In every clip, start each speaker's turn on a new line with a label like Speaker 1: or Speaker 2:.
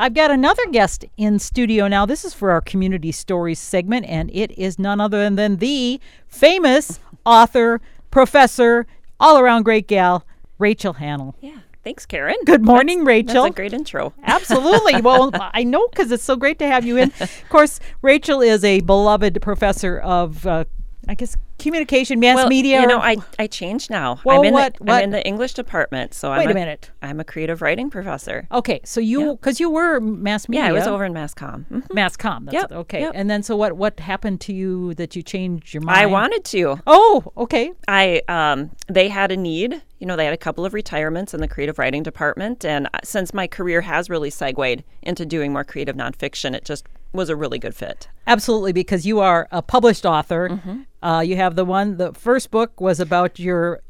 Speaker 1: I've got another guest in studio now. This is for our community stories segment, and it is none other than the famous author, professor, all around great gal, Rachel Hannell.
Speaker 2: Yeah. Thanks, Karen.
Speaker 1: Good morning, Rachel.
Speaker 2: That's a great intro.
Speaker 1: Absolutely. Well, I know because it's so great to have you in. Of course, Rachel is a beloved professor of, uh, I guess, communication, mass
Speaker 2: well,
Speaker 1: media.
Speaker 2: You
Speaker 1: or-
Speaker 2: know, I, I changed now.
Speaker 1: Well,
Speaker 2: I'm, in
Speaker 1: what-
Speaker 2: the,
Speaker 1: what-
Speaker 2: I'm in the English department, so
Speaker 1: Wait
Speaker 2: I'm
Speaker 1: a minute. Oh,
Speaker 2: I'm a creative writing professor.
Speaker 1: okay, so you because you were mass media.
Speaker 2: yeah, I was over in mass comm. Mhm.
Speaker 1: mass comm. That's
Speaker 2: Yep,
Speaker 1: okay.
Speaker 2: yep.
Speaker 1: And then, so what? What happened to you that you changed your mind?
Speaker 2: I wanted to.
Speaker 1: Oh, okay.
Speaker 2: I um, they had a need. You know, they had a couple of retirements in the creative writing department, and uh, since my career has really segued into doing more creative nonfiction, it just was a really good fit.
Speaker 1: Absolutely, because you are a published author.
Speaker 2: Mm-hmm.
Speaker 1: Uh, you have the one. The first book was about your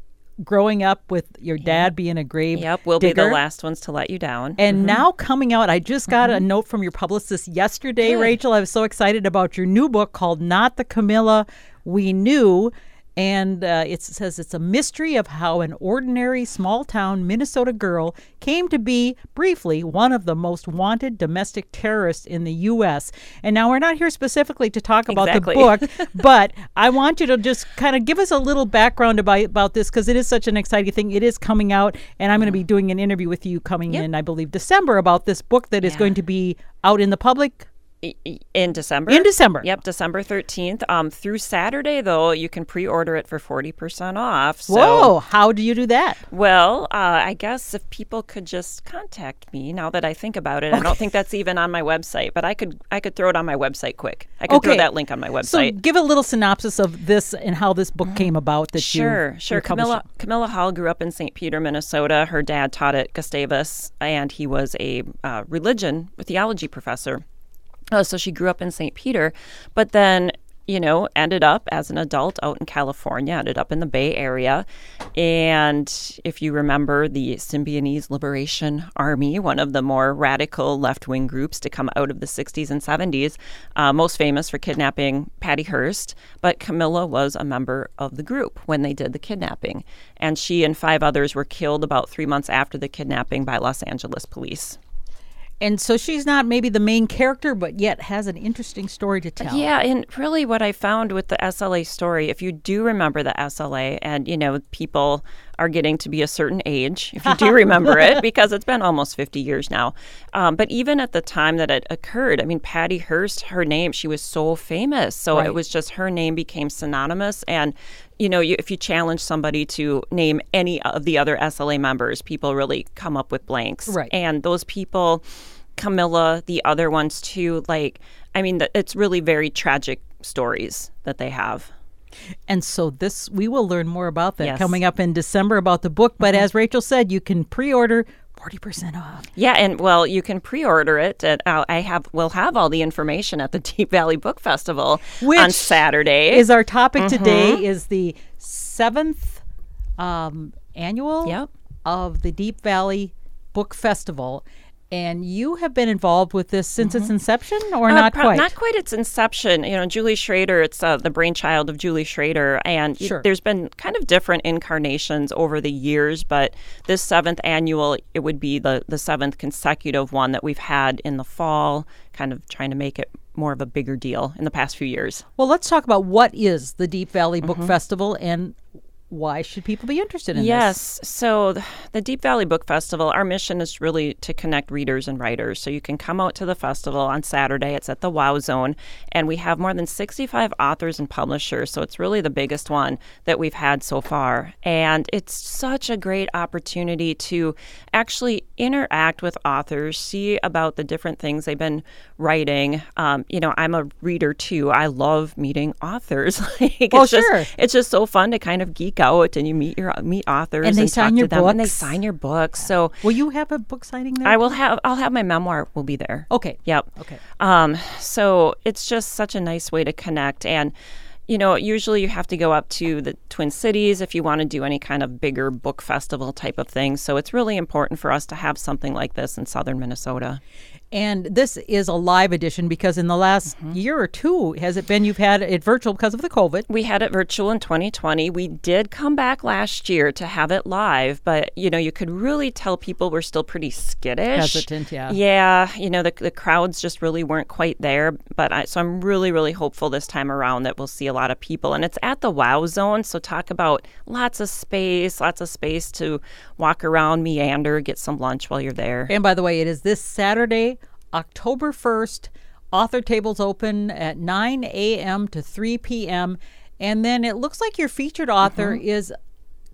Speaker 1: growing up with your dad being a grave.
Speaker 2: Yep, we'll be
Speaker 1: digger.
Speaker 2: the last Mm-hmm. ones to let you down.
Speaker 1: And now coming out, I just got
Speaker 2: Mm-hmm.
Speaker 1: a note from your publicist yesterday, Rachel. I was so excited about your new book called Not the Camilla We Knew. And uh, it says it's a mystery of how an ordinary small town Minnesota girl came to be, briefly, one of the most wanted domestic terrorists in the U.S. And now we're not here specifically to talk about
Speaker 2: Exactly.
Speaker 1: the book, but I want you to just kind of give us a little background about, about this because it is such an exciting thing. It is coming out, and I'm going to
Speaker 2: Mm-hmm.
Speaker 1: be doing an interview with you coming in, I believe, December about this book that is going to be out in the public.
Speaker 2: I- I- in December.
Speaker 1: In December.
Speaker 2: Yep, December 13th. Um, through Saturday, though, you can pre order it for 40% off. So,
Speaker 1: Whoa, how do you do that?
Speaker 2: Well, uh, I guess if people could just contact me now that I think about it, I don't think that's even on my website, but I could I could throw it on my website quick. I could throw
Speaker 1: Okay.
Speaker 2: that link on my
Speaker 1: So,
Speaker 2: website.
Speaker 1: give a little synopsis of this and how this book came about. That you-
Speaker 2: Mm, Sure,
Speaker 1: you're
Speaker 2: sure.
Speaker 1: publishing.
Speaker 2: Camilla Camilla Hall grew up in St. Peter, Minnesota. Her dad taught at Gustavus, and he was a uh, religion theology professor. Oh, so she grew up in St. Peter, but then you know ended up as an adult out in California. Ended up in the Bay Area, and if you remember the Symbionese Liberation Army, one of the more radical left-wing groups to come out of the '60s and '70s, uh, most famous for kidnapping Patty Hearst, but Camilla was a member of the group when they did the kidnapping, and she and five others were killed about three months after the kidnapping by Los Angeles police.
Speaker 1: and so she's not maybe the main character, but yet has an interesting story to tell.
Speaker 2: Yeah, and really what I found with the SLA story, if you do remember the SLA and you know people are getting to be a certain age, if you do remember it because it's been almost 50 years now. Um, but even at the time that it occurred, I mean Patty Hearst, her name, she was so famous. So
Speaker 1: Right.
Speaker 2: it was just her name became synonymous and you know, you, if you challenge somebody to name any of the other SLA members, people really come up with blanks
Speaker 1: Right.
Speaker 2: and those people camilla the other ones too like i mean th- it's really very tragic stories that they have
Speaker 1: And so this we will learn more about that
Speaker 2: Yes.
Speaker 1: coming up in December about the book. But as Rachel said, you can pre-order forty percent off.
Speaker 2: yeah and well you can pre-order it at uh, i have will have all the information at the deep valley book festival on
Speaker 1: Which
Speaker 2: saturday
Speaker 1: Is our topic today is the seventh um, annual
Speaker 2: Yep.
Speaker 1: of the Deep Valley Book Festival. And you have been involved with this since its inception, or
Speaker 2: Uh,
Speaker 1: Mm-hmm. not
Speaker 2: pro-
Speaker 1: quite?
Speaker 2: Not quite its inception. You know, Julie Schrader, it's uh, the brainchild of Julie Schrader. And y-
Speaker 1: Sure.
Speaker 2: there's been kind of different incarnations over the years, but this seventh annual, it would be the, the seventh consecutive one that we've had in the fall, kind of trying to make it more of a bigger deal in the past few years.
Speaker 1: well, let's talk about what is the Deep Valley Book Festival and why should people be interested in this?
Speaker 2: Yes. So th- the Deep Valley Book Festival, our mission is really to connect readers and writers. So you can come out to the festival on Saturday. It's at the Wow Zone, and we have more than 65 authors and publishers. So it's really the biggest one that we've had so far. And it's such a great opportunity to actually interact with authors, see about the different things they've been writing. Um, you know, I'm a reader too. I love meeting authors. like,
Speaker 1: Well,
Speaker 2: it's just-
Speaker 1: sure.
Speaker 2: it's just so fun to kind of geek out and you meet your meet authors
Speaker 1: And they sign
Speaker 2: talk
Speaker 1: your
Speaker 2: to them and they
Speaker 1: books.
Speaker 2: sign your books. So
Speaker 1: Will you have a book signing there?
Speaker 2: I will have I'll have my memoir will be there.
Speaker 1: Okay.
Speaker 2: Yep.
Speaker 1: Okay.
Speaker 2: Um, so it's just such a nice way to connect. And, you know, usually you have to go up to the Twin Cities if you want to do any kind of bigger book festival type of thing. So it's really important for us to have something like this in southern Minnesota.
Speaker 1: And this is a live edition because in the last year or two, has it been you've had it virtual because of the COVID?
Speaker 2: We had it virtual in 2020. We did come back last year to have it live, but you know, you could really tell people were still pretty skittish.
Speaker 1: Hesitant, yeah.
Speaker 2: Yeah, you know, the, the crowds just really weren't quite there, but I, so I'm really really hopeful this time around that we'll see a lot of people and it's at the wow zone, so talk about lots of space, lots of space to walk around, meander, get some lunch while you're there.
Speaker 1: And by the way, it is this Saturday, October 1st. Author tables open at 9 a.m. to 3 p.m. And then it looks like your featured author is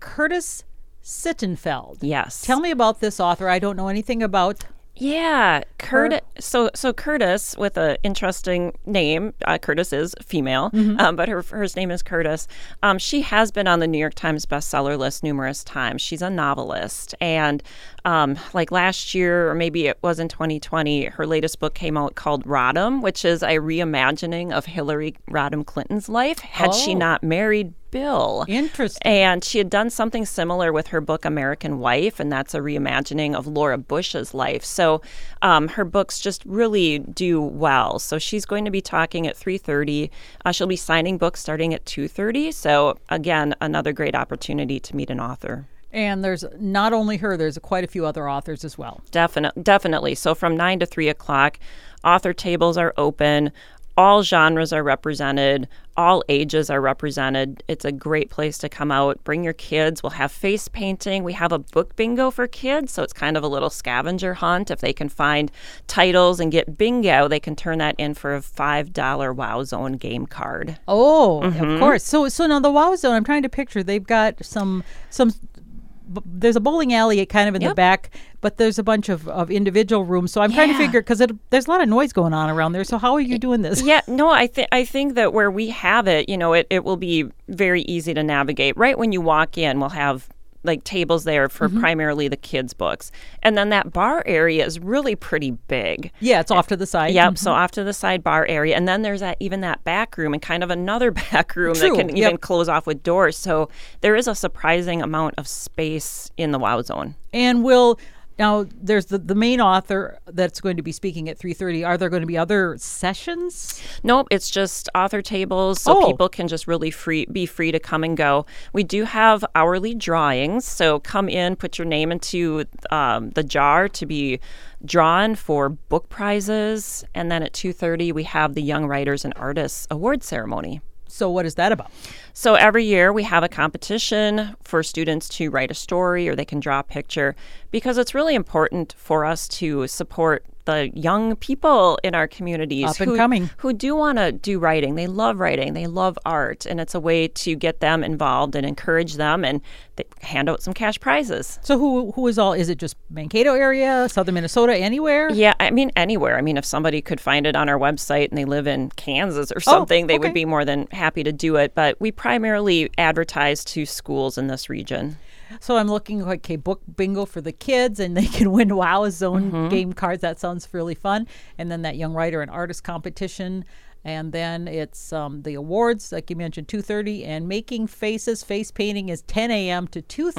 Speaker 1: Curtis Sittenfeld.
Speaker 2: Yes.
Speaker 1: Tell me about this author. I don't know anything about.
Speaker 2: Yeah, Curtis. So, so Curtis with an interesting name. Uh, Curtis is female, um, but her first name is Curtis. Um, she has been on the New York Times bestseller list numerous times. She's a novelist, and um, like last year, or maybe it was in 2020, her latest book came out called Rodham, which is a reimagining of Hillary Rodham Clinton's life had she
Speaker 1: Oh.
Speaker 2: not married Bill.
Speaker 1: Interesting.
Speaker 2: And she had done something similar with her book American Wife, and that's a reimagining of Laura Bush's life. So um, her books just really do well. So she's going to be talking at 3:30. Uh, she'll be signing books starting at 2:30. So again, another great opportunity to meet an author.
Speaker 1: And there's not only her, there's quite a few other authors as well.
Speaker 2: Definitely, definitely. So from nine to three o'clock, author tables are open. All genres are represented. All ages are represented. It's a great place to come out. Bring your kids. We'll have face painting. We have a book bingo for kids, so it's kind of a little scavenger hunt. If they can find titles and get bingo, they can turn that in for a five dollar Wow Zone game card.
Speaker 1: Oh,
Speaker 2: Mm-hmm.
Speaker 1: of course. So so now the Wow Zone. I'm trying to picture. They've got some some. b- There's a bowling alley kind of in the
Speaker 2: Yep.
Speaker 1: back, but there's a bunch of, of individual rooms. So I'm trying to
Speaker 2: Yeah.
Speaker 1: figure because there's a lot of noise going on around there. So how are you doing this?
Speaker 2: Yeah, no, I think I think that where we have it, you know, it, it will be very easy to navigate. Right when you walk in, we'll have like tables there for
Speaker 1: Mm-hmm.
Speaker 2: primarily the kids' books, and then that bar area is really pretty big.
Speaker 1: Yeah, it's off to the side.
Speaker 2: Yep. So off to the side bar area, and then there's that even that back room and kind of another back room
Speaker 1: True,
Speaker 2: that can
Speaker 1: yep.
Speaker 2: even close off with doors. So there is a surprising amount of space in the wow zone.
Speaker 1: And will now there's the, the main author that's going to be speaking at 3:30. Are there going to be other sessions?
Speaker 2: Nope, it's just author tables, so
Speaker 1: Oh.
Speaker 2: people can just really free be free to come and go. We do have hourly drawings, so come in, put your name into um, the jar to be drawn for book prizes, and then at two thirty we have the Young Writers and Artists Award Ceremony.
Speaker 1: So what is that about?
Speaker 2: So every year we have a competition for students to write a story or they can draw a picture because it's really important for us to support the young people in our communities
Speaker 1: Up and
Speaker 2: who,
Speaker 1: coming.
Speaker 2: who do want to do writing. They love writing, they love art, and it's a way to get them involved and encourage them and th- hand out some cash prizes.
Speaker 1: So who who is all? Is it just Mankato area, southern Minnesota, anywhere?
Speaker 2: Yeah, I mean anywhere. I mean if somebody could find it on our website and they live in Kansas or something, they
Speaker 1: Oh, okay.
Speaker 2: would be more than happy to do it, but we primarily advertise to schools in this region.
Speaker 1: So I'm looking like okay, book bingo for the kids, and they can win Wow Zone game cards. That sounds really fun. And then that young writer and artist competition, and then it's um, the awards, like you mentioned, two thirty. And making faces, face painting is 10 a.m. to two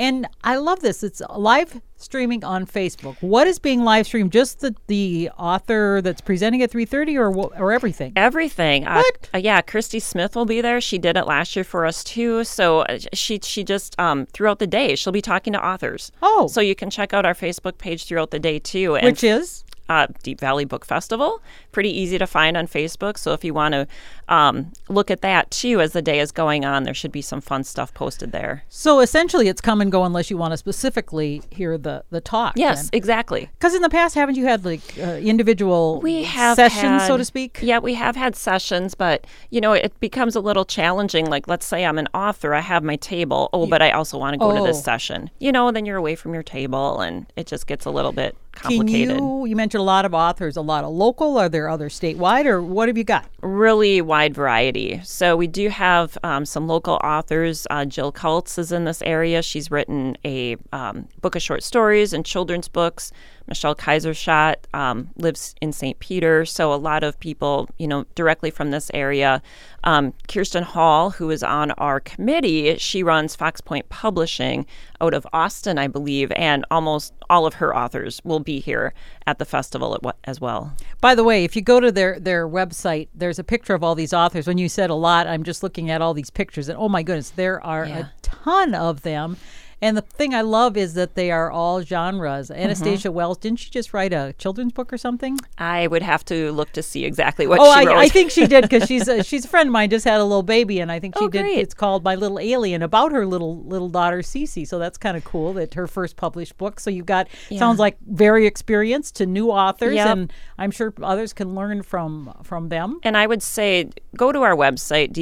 Speaker 1: And I love this. It's live streaming on Facebook. What is being live streamed? Just the, the author that's presenting at 3:30, or wh- or everything?
Speaker 2: Everything. What? Uh, yeah, Christy Smith will be there. She did it last year for us too. So uh, she she just um, throughout the day she'll be talking to authors.
Speaker 1: Oh.
Speaker 2: so you can check out our Facebook page throughout the day too. And
Speaker 1: Which is
Speaker 2: uh, Deep Valley Book Festival. Pretty easy to find on Facebook. So if you want to um, look at that too as the day is going on, there should be some fun stuff posted there.
Speaker 1: so essentially it's come and go unless you want to specifically hear the the talk. then.
Speaker 2: Yes, exactly.
Speaker 1: Because in the past, haven't you had like uh, individual
Speaker 2: we have
Speaker 1: sessions, so
Speaker 2: had-
Speaker 1: to speak?
Speaker 2: Yeah, we have had sessions, but you know, it becomes a little challenging. Like, let's say I'm an author, I have my table. Oh, but I also want to go to
Speaker 1: Oh.
Speaker 2: this session. You know, then you're away from your table, and it just gets a little bit
Speaker 1: Can
Speaker 2: complicated.
Speaker 1: you? You mentioned a lot of authors, a lot of local. Are there other statewide, or what have you got?
Speaker 2: really wide variety. So we do have um, some local authors. Uh, Jill Cults is in this area. She's written a um, book of short stories and children's books. Michelle Kaiserschott um, lives in St. Peter, so a lot of people, you know, directly from this area. Um, Kirsten Hall, who is on our committee, she runs Fox Point Publishing out of Austin, I believe, and almost all of her authors will be here at the festival at, as well.
Speaker 1: By the way, if you go to their their website, there's a picture of all these authors. When you said a lot, I'm just looking at all these pictures, and oh my goodness, there are
Speaker 2: Yeah.
Speaker 1: a ton of them. And the thing I love is that they are all genres. Anastasia Wells, didn't she just write a children's book or something?
Speaker 2: I would have to look to see exactly what
Speaker 1: oh,
Speaker 2: she wrote.
Speaker 1: I, I think she did because she's a, she's a friend of mine. Just had a little baby, and I think she
Speaker 2: Oh,
Speaker 1: did.
Speaker 2: great.
Speaker 1: It's called My Little Alien about her little little daughter Cece. So that's kind of cool that her first published book. So you've got sounds like very experienced to new authors,
Speaker 2: Yep.
Speaker 1: and I'm sure others can learn from from them.
Speaker 2: And I would say go to our website,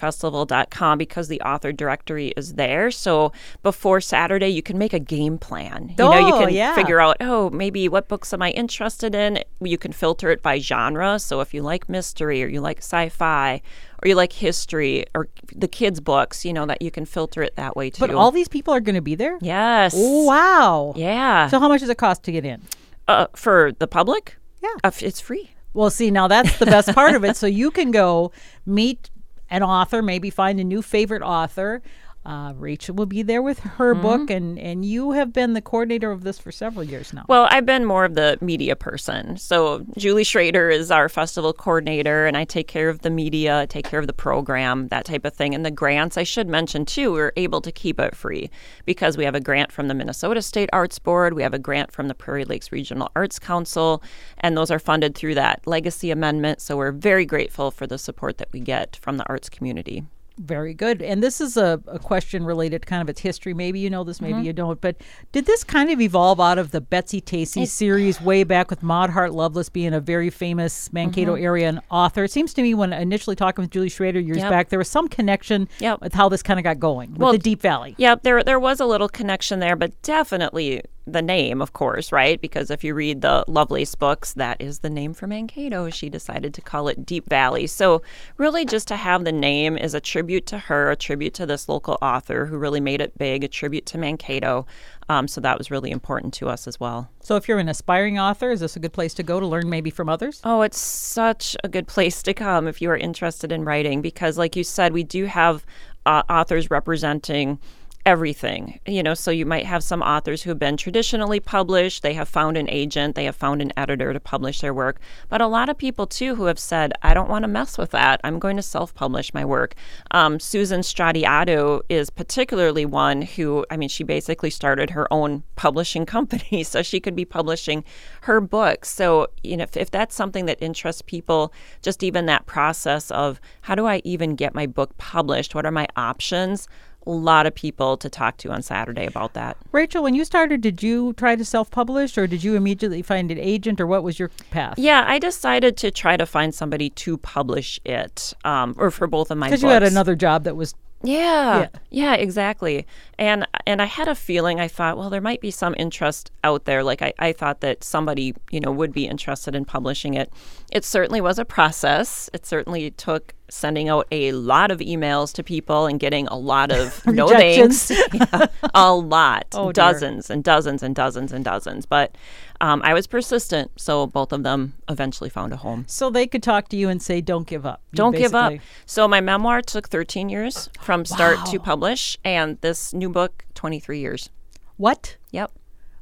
Speaker 2: deepvalleybookfestival.com, because the author directory is there. So before Saturday, you can make a game plan. You know, you
Speaker 1: Oh,
Speaker 2: can
Speaker 1: yeah.
Speaker 2: figure out, oh, maybe what books am I interested in? You can filter it by genre. So if you like mystery or you like sci fi or you like history or the kids' books, you know, that you can filter it that way too.
Speaker 1: But all these people are going to be there.
Speaker 2: yes.
Speaker 1: Wow.
Speaker 2: Yeah.
Speaker 1: So how much does it cost to get in?
Speaker 2: uh, for the public?
Speaker 1: Yeah.
Speaker 2: Uh, f- it's free.
Speaker 1: Well, see, now that's the best part of it. So you can go meet an author, maybe find a new favorite author. Uh, Rachel will be there with her
Speaker 2: Mm-hmm.
Speaker 1: book, and and you have been the coordinator of this for several years now.
Speaker 2: Well, I've been more of the media person. So Julie Schrader is our festival coordinator, and I take care of the media, take care of the program, that type of thing. And the grants, I should mention too, we're able to keep it free because we have a grant from the Minnesota State Arts Board, we have a grant from the Prairie Lakes Regional Arts Council, and those are funded through that legacy amendment. So we're very grateful for the support that we get from the arts community.
Speaker 1: Very good. And this is a, a question related to kind of its history. Maybe you know this, maybe
Speaker 2: Mm-hmm.
Speaker 1: you don't. But did this kind of evolve out of the Betsy Tacy series way back with Maud Hart Lovelace being a very famous Mankato
Speaker 2: Mm-hmm.
Speaker 1: area and author? It seems to me when initially talking with Julie Schrader years
Speaker 2: Yep.
Speaker 1: back, there was some connection
Speaker 2: Yep.
Speaker 1: with how this kind of got going with
Speaker 2: Well,
Speaker 1: the Deep Valley.
Speaker 2: Yeah, there there was a little connection there, but definitely the name, of course, right? Because if you read the Lovelace books, that is the name for Mankato. She decided to call it Deep Valley. So really, just to have the name is a tribute to her, a tribute to this local author who really made it big, a tribute to Mankato. Um, so that was really important to us as well.
Speaker 1: So if you're an aspiring author, is this a good place to go to learn maybe from others?
Speaker 2: Oh, it's such a good place to come if you are interested in writing because, like you said, we do have uh, authors representing everything. You know, so you might have some authors who have been traditionally published, they have found an agent, they have found an editor to publish their work. But a lot of people, too, who have said, I don't want to mess with that, I'm going to self publish my work. Um, Susan Stradiato is particularly one who, I mean, she basically started her own publishing company so she could be publishing her books. So, you know, if, if that's something that interests people, just even that process of how do I even get my book published? What are my options? A lot of people to talk to on Saturday about that.
Speaker 1: Rachel, when you started, did you try to self publish or did you immediately find an agent or what was your path?
Speaker 2: Yeah, I decided to try to find somebody to publish it, um, or for both of my books.
Speaker 1: Because you had another job that was
Speaker 2: Yeah, yeah, exactly. And and I had a feeling. I thought, well, there might be some interest out there. Like I, I thought that somebody you know would be interested in publishing it. It certainly was a process. It certainly took sending out a lot of emails to people and getting a lot of no
Speaker 1: Rejections.
Speaker 2: thanks, Yeah, a lot,
Speaker 1: Oh, dear.
Speaker 2: dozens and dozens and dozens and dozens. But um, I was persistent, so both of them eventually found a home.
Speaker 1: so they could talk to you and say, don't give up. You
Speaker 2: Don't give up.
Speaker 1: basically-
Speaker 2: So my memoir took 13 years from start to publish, and this new book 23 years.
Speaker 1: What?
Speaker 2: Yep.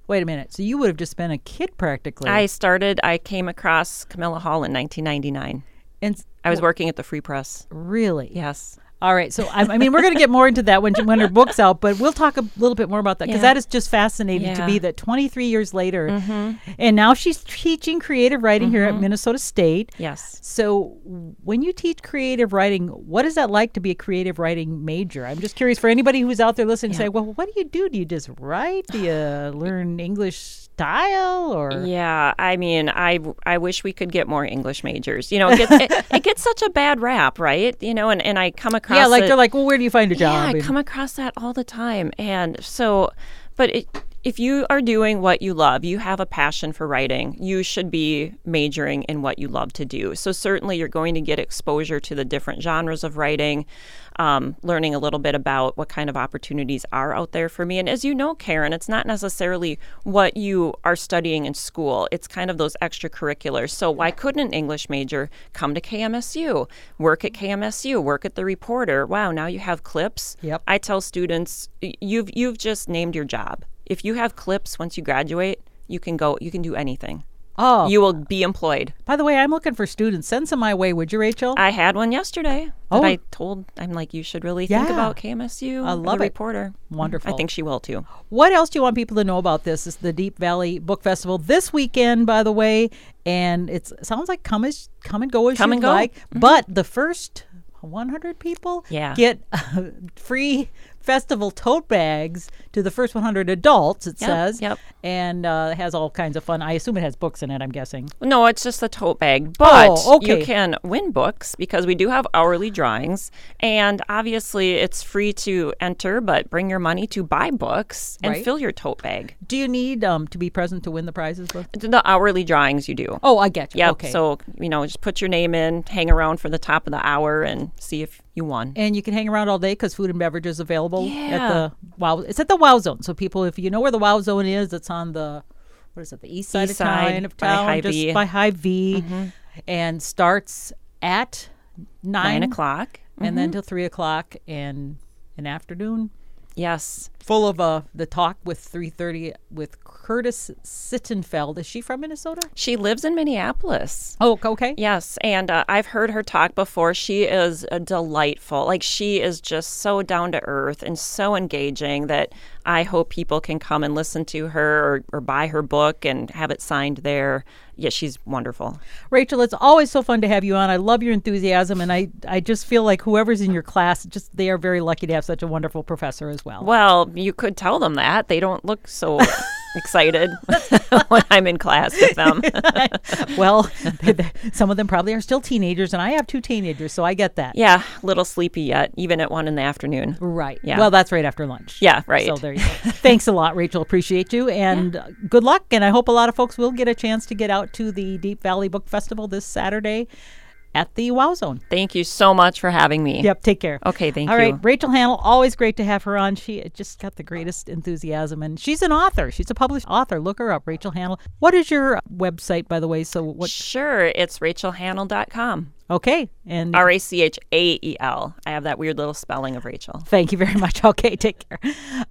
Speaker 1: Wait a minute. So you would have just been a kid practically.
Speaker 2: I started. I came across Camilla Hall in 1999.
Speaker 1: and s-
Speaker 2: I was working at the Free Press.
Speaker 1: really.
Speaker 2: Yes.
Speaker 1: All right. So I, I mean, we're going to get more into that when when her book's out, but we'll talk a little bit more about that because
Speaker 2: Yeah.
Speaker 1: that is just fascinating to
Speaker 2: Yeah. Mm-hmm.
Speaker 1: me that 23 years later, and now she's teaching creative writing here at Minnesota State.
Speaker 2: Yes.
Speaker 1: So, when you teach creative writing, what is that like to be a creative writing major? I'm just curious for anybody who's out there listening to say, well, what do you do? Do you just write? Do you learn English style? Or
Speaker 2: Yeah, I mean, I, I wish we could get more English majors. You know, it gets, it, it gets such a bad rap, right? You know, and, and I come across
Speaker 1: yeah, like
Speaker 2: it-
Speaker 1: they're like, well, where do you find a job?
Speaker 2: Yeah, I
Speaker 1: And-
Speaker 2: come across that all the time, and so, but it if you are doing what you love, you have a passion for writing, you should be majoring in what you love to do. So, certainly, you're going to get exposure to the different genres of writing, um, learning a little bit about what kind of opportunities are out there for me. And as you know, Karen, it's not necessarily what you are studying in school, it's kind of those extracurriculars. So, why couldn't an English major come to KMSU, work at KMSU, work at The Reporter? Wow, now you have clips.
Speaker 1: Yep.
Speaker 2: I tell students, y- you've, you've just named your job if you have clips once you graduate you can go you can do anything
Speaker 1: Oh,
Speaker 2: you will be employed
Speaker 1: by the way, I'm looking for students. Send some my way, would you, Rachel?
Speaker 2: i had one yesterday that
Speaker 1: Oh.
Speaker 2: i told i'm like you should really think
Speaker 1: Yeah.
Speaker 2: about kmsu i
Speaker 1: love it.
Speaker 2: the reporter
Speaker 1: Wonderful.
Speaker 2: i think she will too
Speaker 1: What else do you want people to know about this? Is the Deep Valley Book Festival this weekend, by the way, and it sounds like come as come and go as
Speaker 2: Come
Speaker 1: you
Speaker 2: and go. Mm-hmm.
Speaker 1: like, but the first 100 people
Speaker 2: Yeah.
Speaker 1: get uh, free festival tote bags to the first 100 adults. It
Speaker 2: Yep,
Speaker 1: says,
Speaker 2: yep.
Speaker 1: and uh, it has all kinds of fun. I assume it has books in it. I'm guessing.
Speaker 2: no it's just the tote bag but
Speaker 1: Oh, okay.
Speaker 2: you can win books because we do have hourly drawings and obviously it's free to enter but bring your money to buy books and
Speaker 1: Right.
Speaker 2: fill your tote bag
Speaker 1: Do you need um, to be present to win the prizes? Liz?
Speaker 2: the hourly drawings you do
Speaker 1: Oh, I get you.
Speaker 2: Yep.
Speaker 1: Okay.
Speaker 2: So, you know, just put your name in, hang around for the top of the hour and see if you won.
Speaker 1: and you can hang around all day because food and beverage is available at
Speaker 2: Yeah.
Speaker 1: the wow. It's at the Wow Zone, so people, if you know where the Wow Zone is, it's on the what is it, the east side
Speaker 2: East
Speaker 1: of town,
Speaker 2: side
Speaker 1: of
Speaker 2: by
Speaker 1: town,
Speaker 2: Hy-Vee. Mm-hmm.
Speaker 1: just by High V, and starts at nine,
Speaker 2: Nine mm-hmm. o'clock.
Speaker 1: and then till three o'clock and an afternoon
Speaker 2: Yes.
Speaker 1: full of uh, the talk with three thirty with Curtis Sittenfeld. Is she from Minnesota?
Speaker 2: She lives in Minneapolis.
Speaker 1: Oh, okay.
Speaker 2: Yes. And uh, I've heard her talk before. She is uh, delightful. Like, she is just so down to earth and so engaging that I hope people can come and listen to her or, or buy her book and have it signed there. Yeah, she's wonderful.
Speaker 1: Rachel, it's always so fun to have you on. I love your enthusiasm, and I, I just feel like whoever's in your class, just they are very lucky to have such a wonderful professor as well.
Speaker 2: Well, you could tell them that. They don't look so excited when I'm in class with them.
Speaker 1: well, some of them probably are still teenagers, and I have two teenagers, so I get that.
Speaker 2: Yeah, a little sleepy yet, even at one in the afternoon.
Speaker 1: Right.
Speaker 2: Yeah.
Speaker 1: Well, that's right after lunch.
Speaker 2: Yeah, right.
Speaker 1: So there you go. Thanks a lot, Rachel. Appreciate you, and uh good luck. And I hope a lot of folks will get a chance to get out to the Deep Valley Book Festival this Saturday at the Wow Zone.
Speaker 2: Thank you so much for having me.
Speaker 1: Yep. Take care.
Speaker 2: Okay, thank
Speaker 1: All
Speaker 2: you.
Speaker 1: right, Rachel Hannell, always great to have her on. She just got the greatest enthusiasm, and she's an author. She's a published author. Look her up, Rachel Hannell. What is your website, by the way? So what?
Speaker 2: Sure, it's rachelhannel.com.
Speaker 1: Okay, and
Speaker 2: R A C H A E L. I have that weird little spelling of Rachel.
Speaker 1: thank you very much. Okay, take care.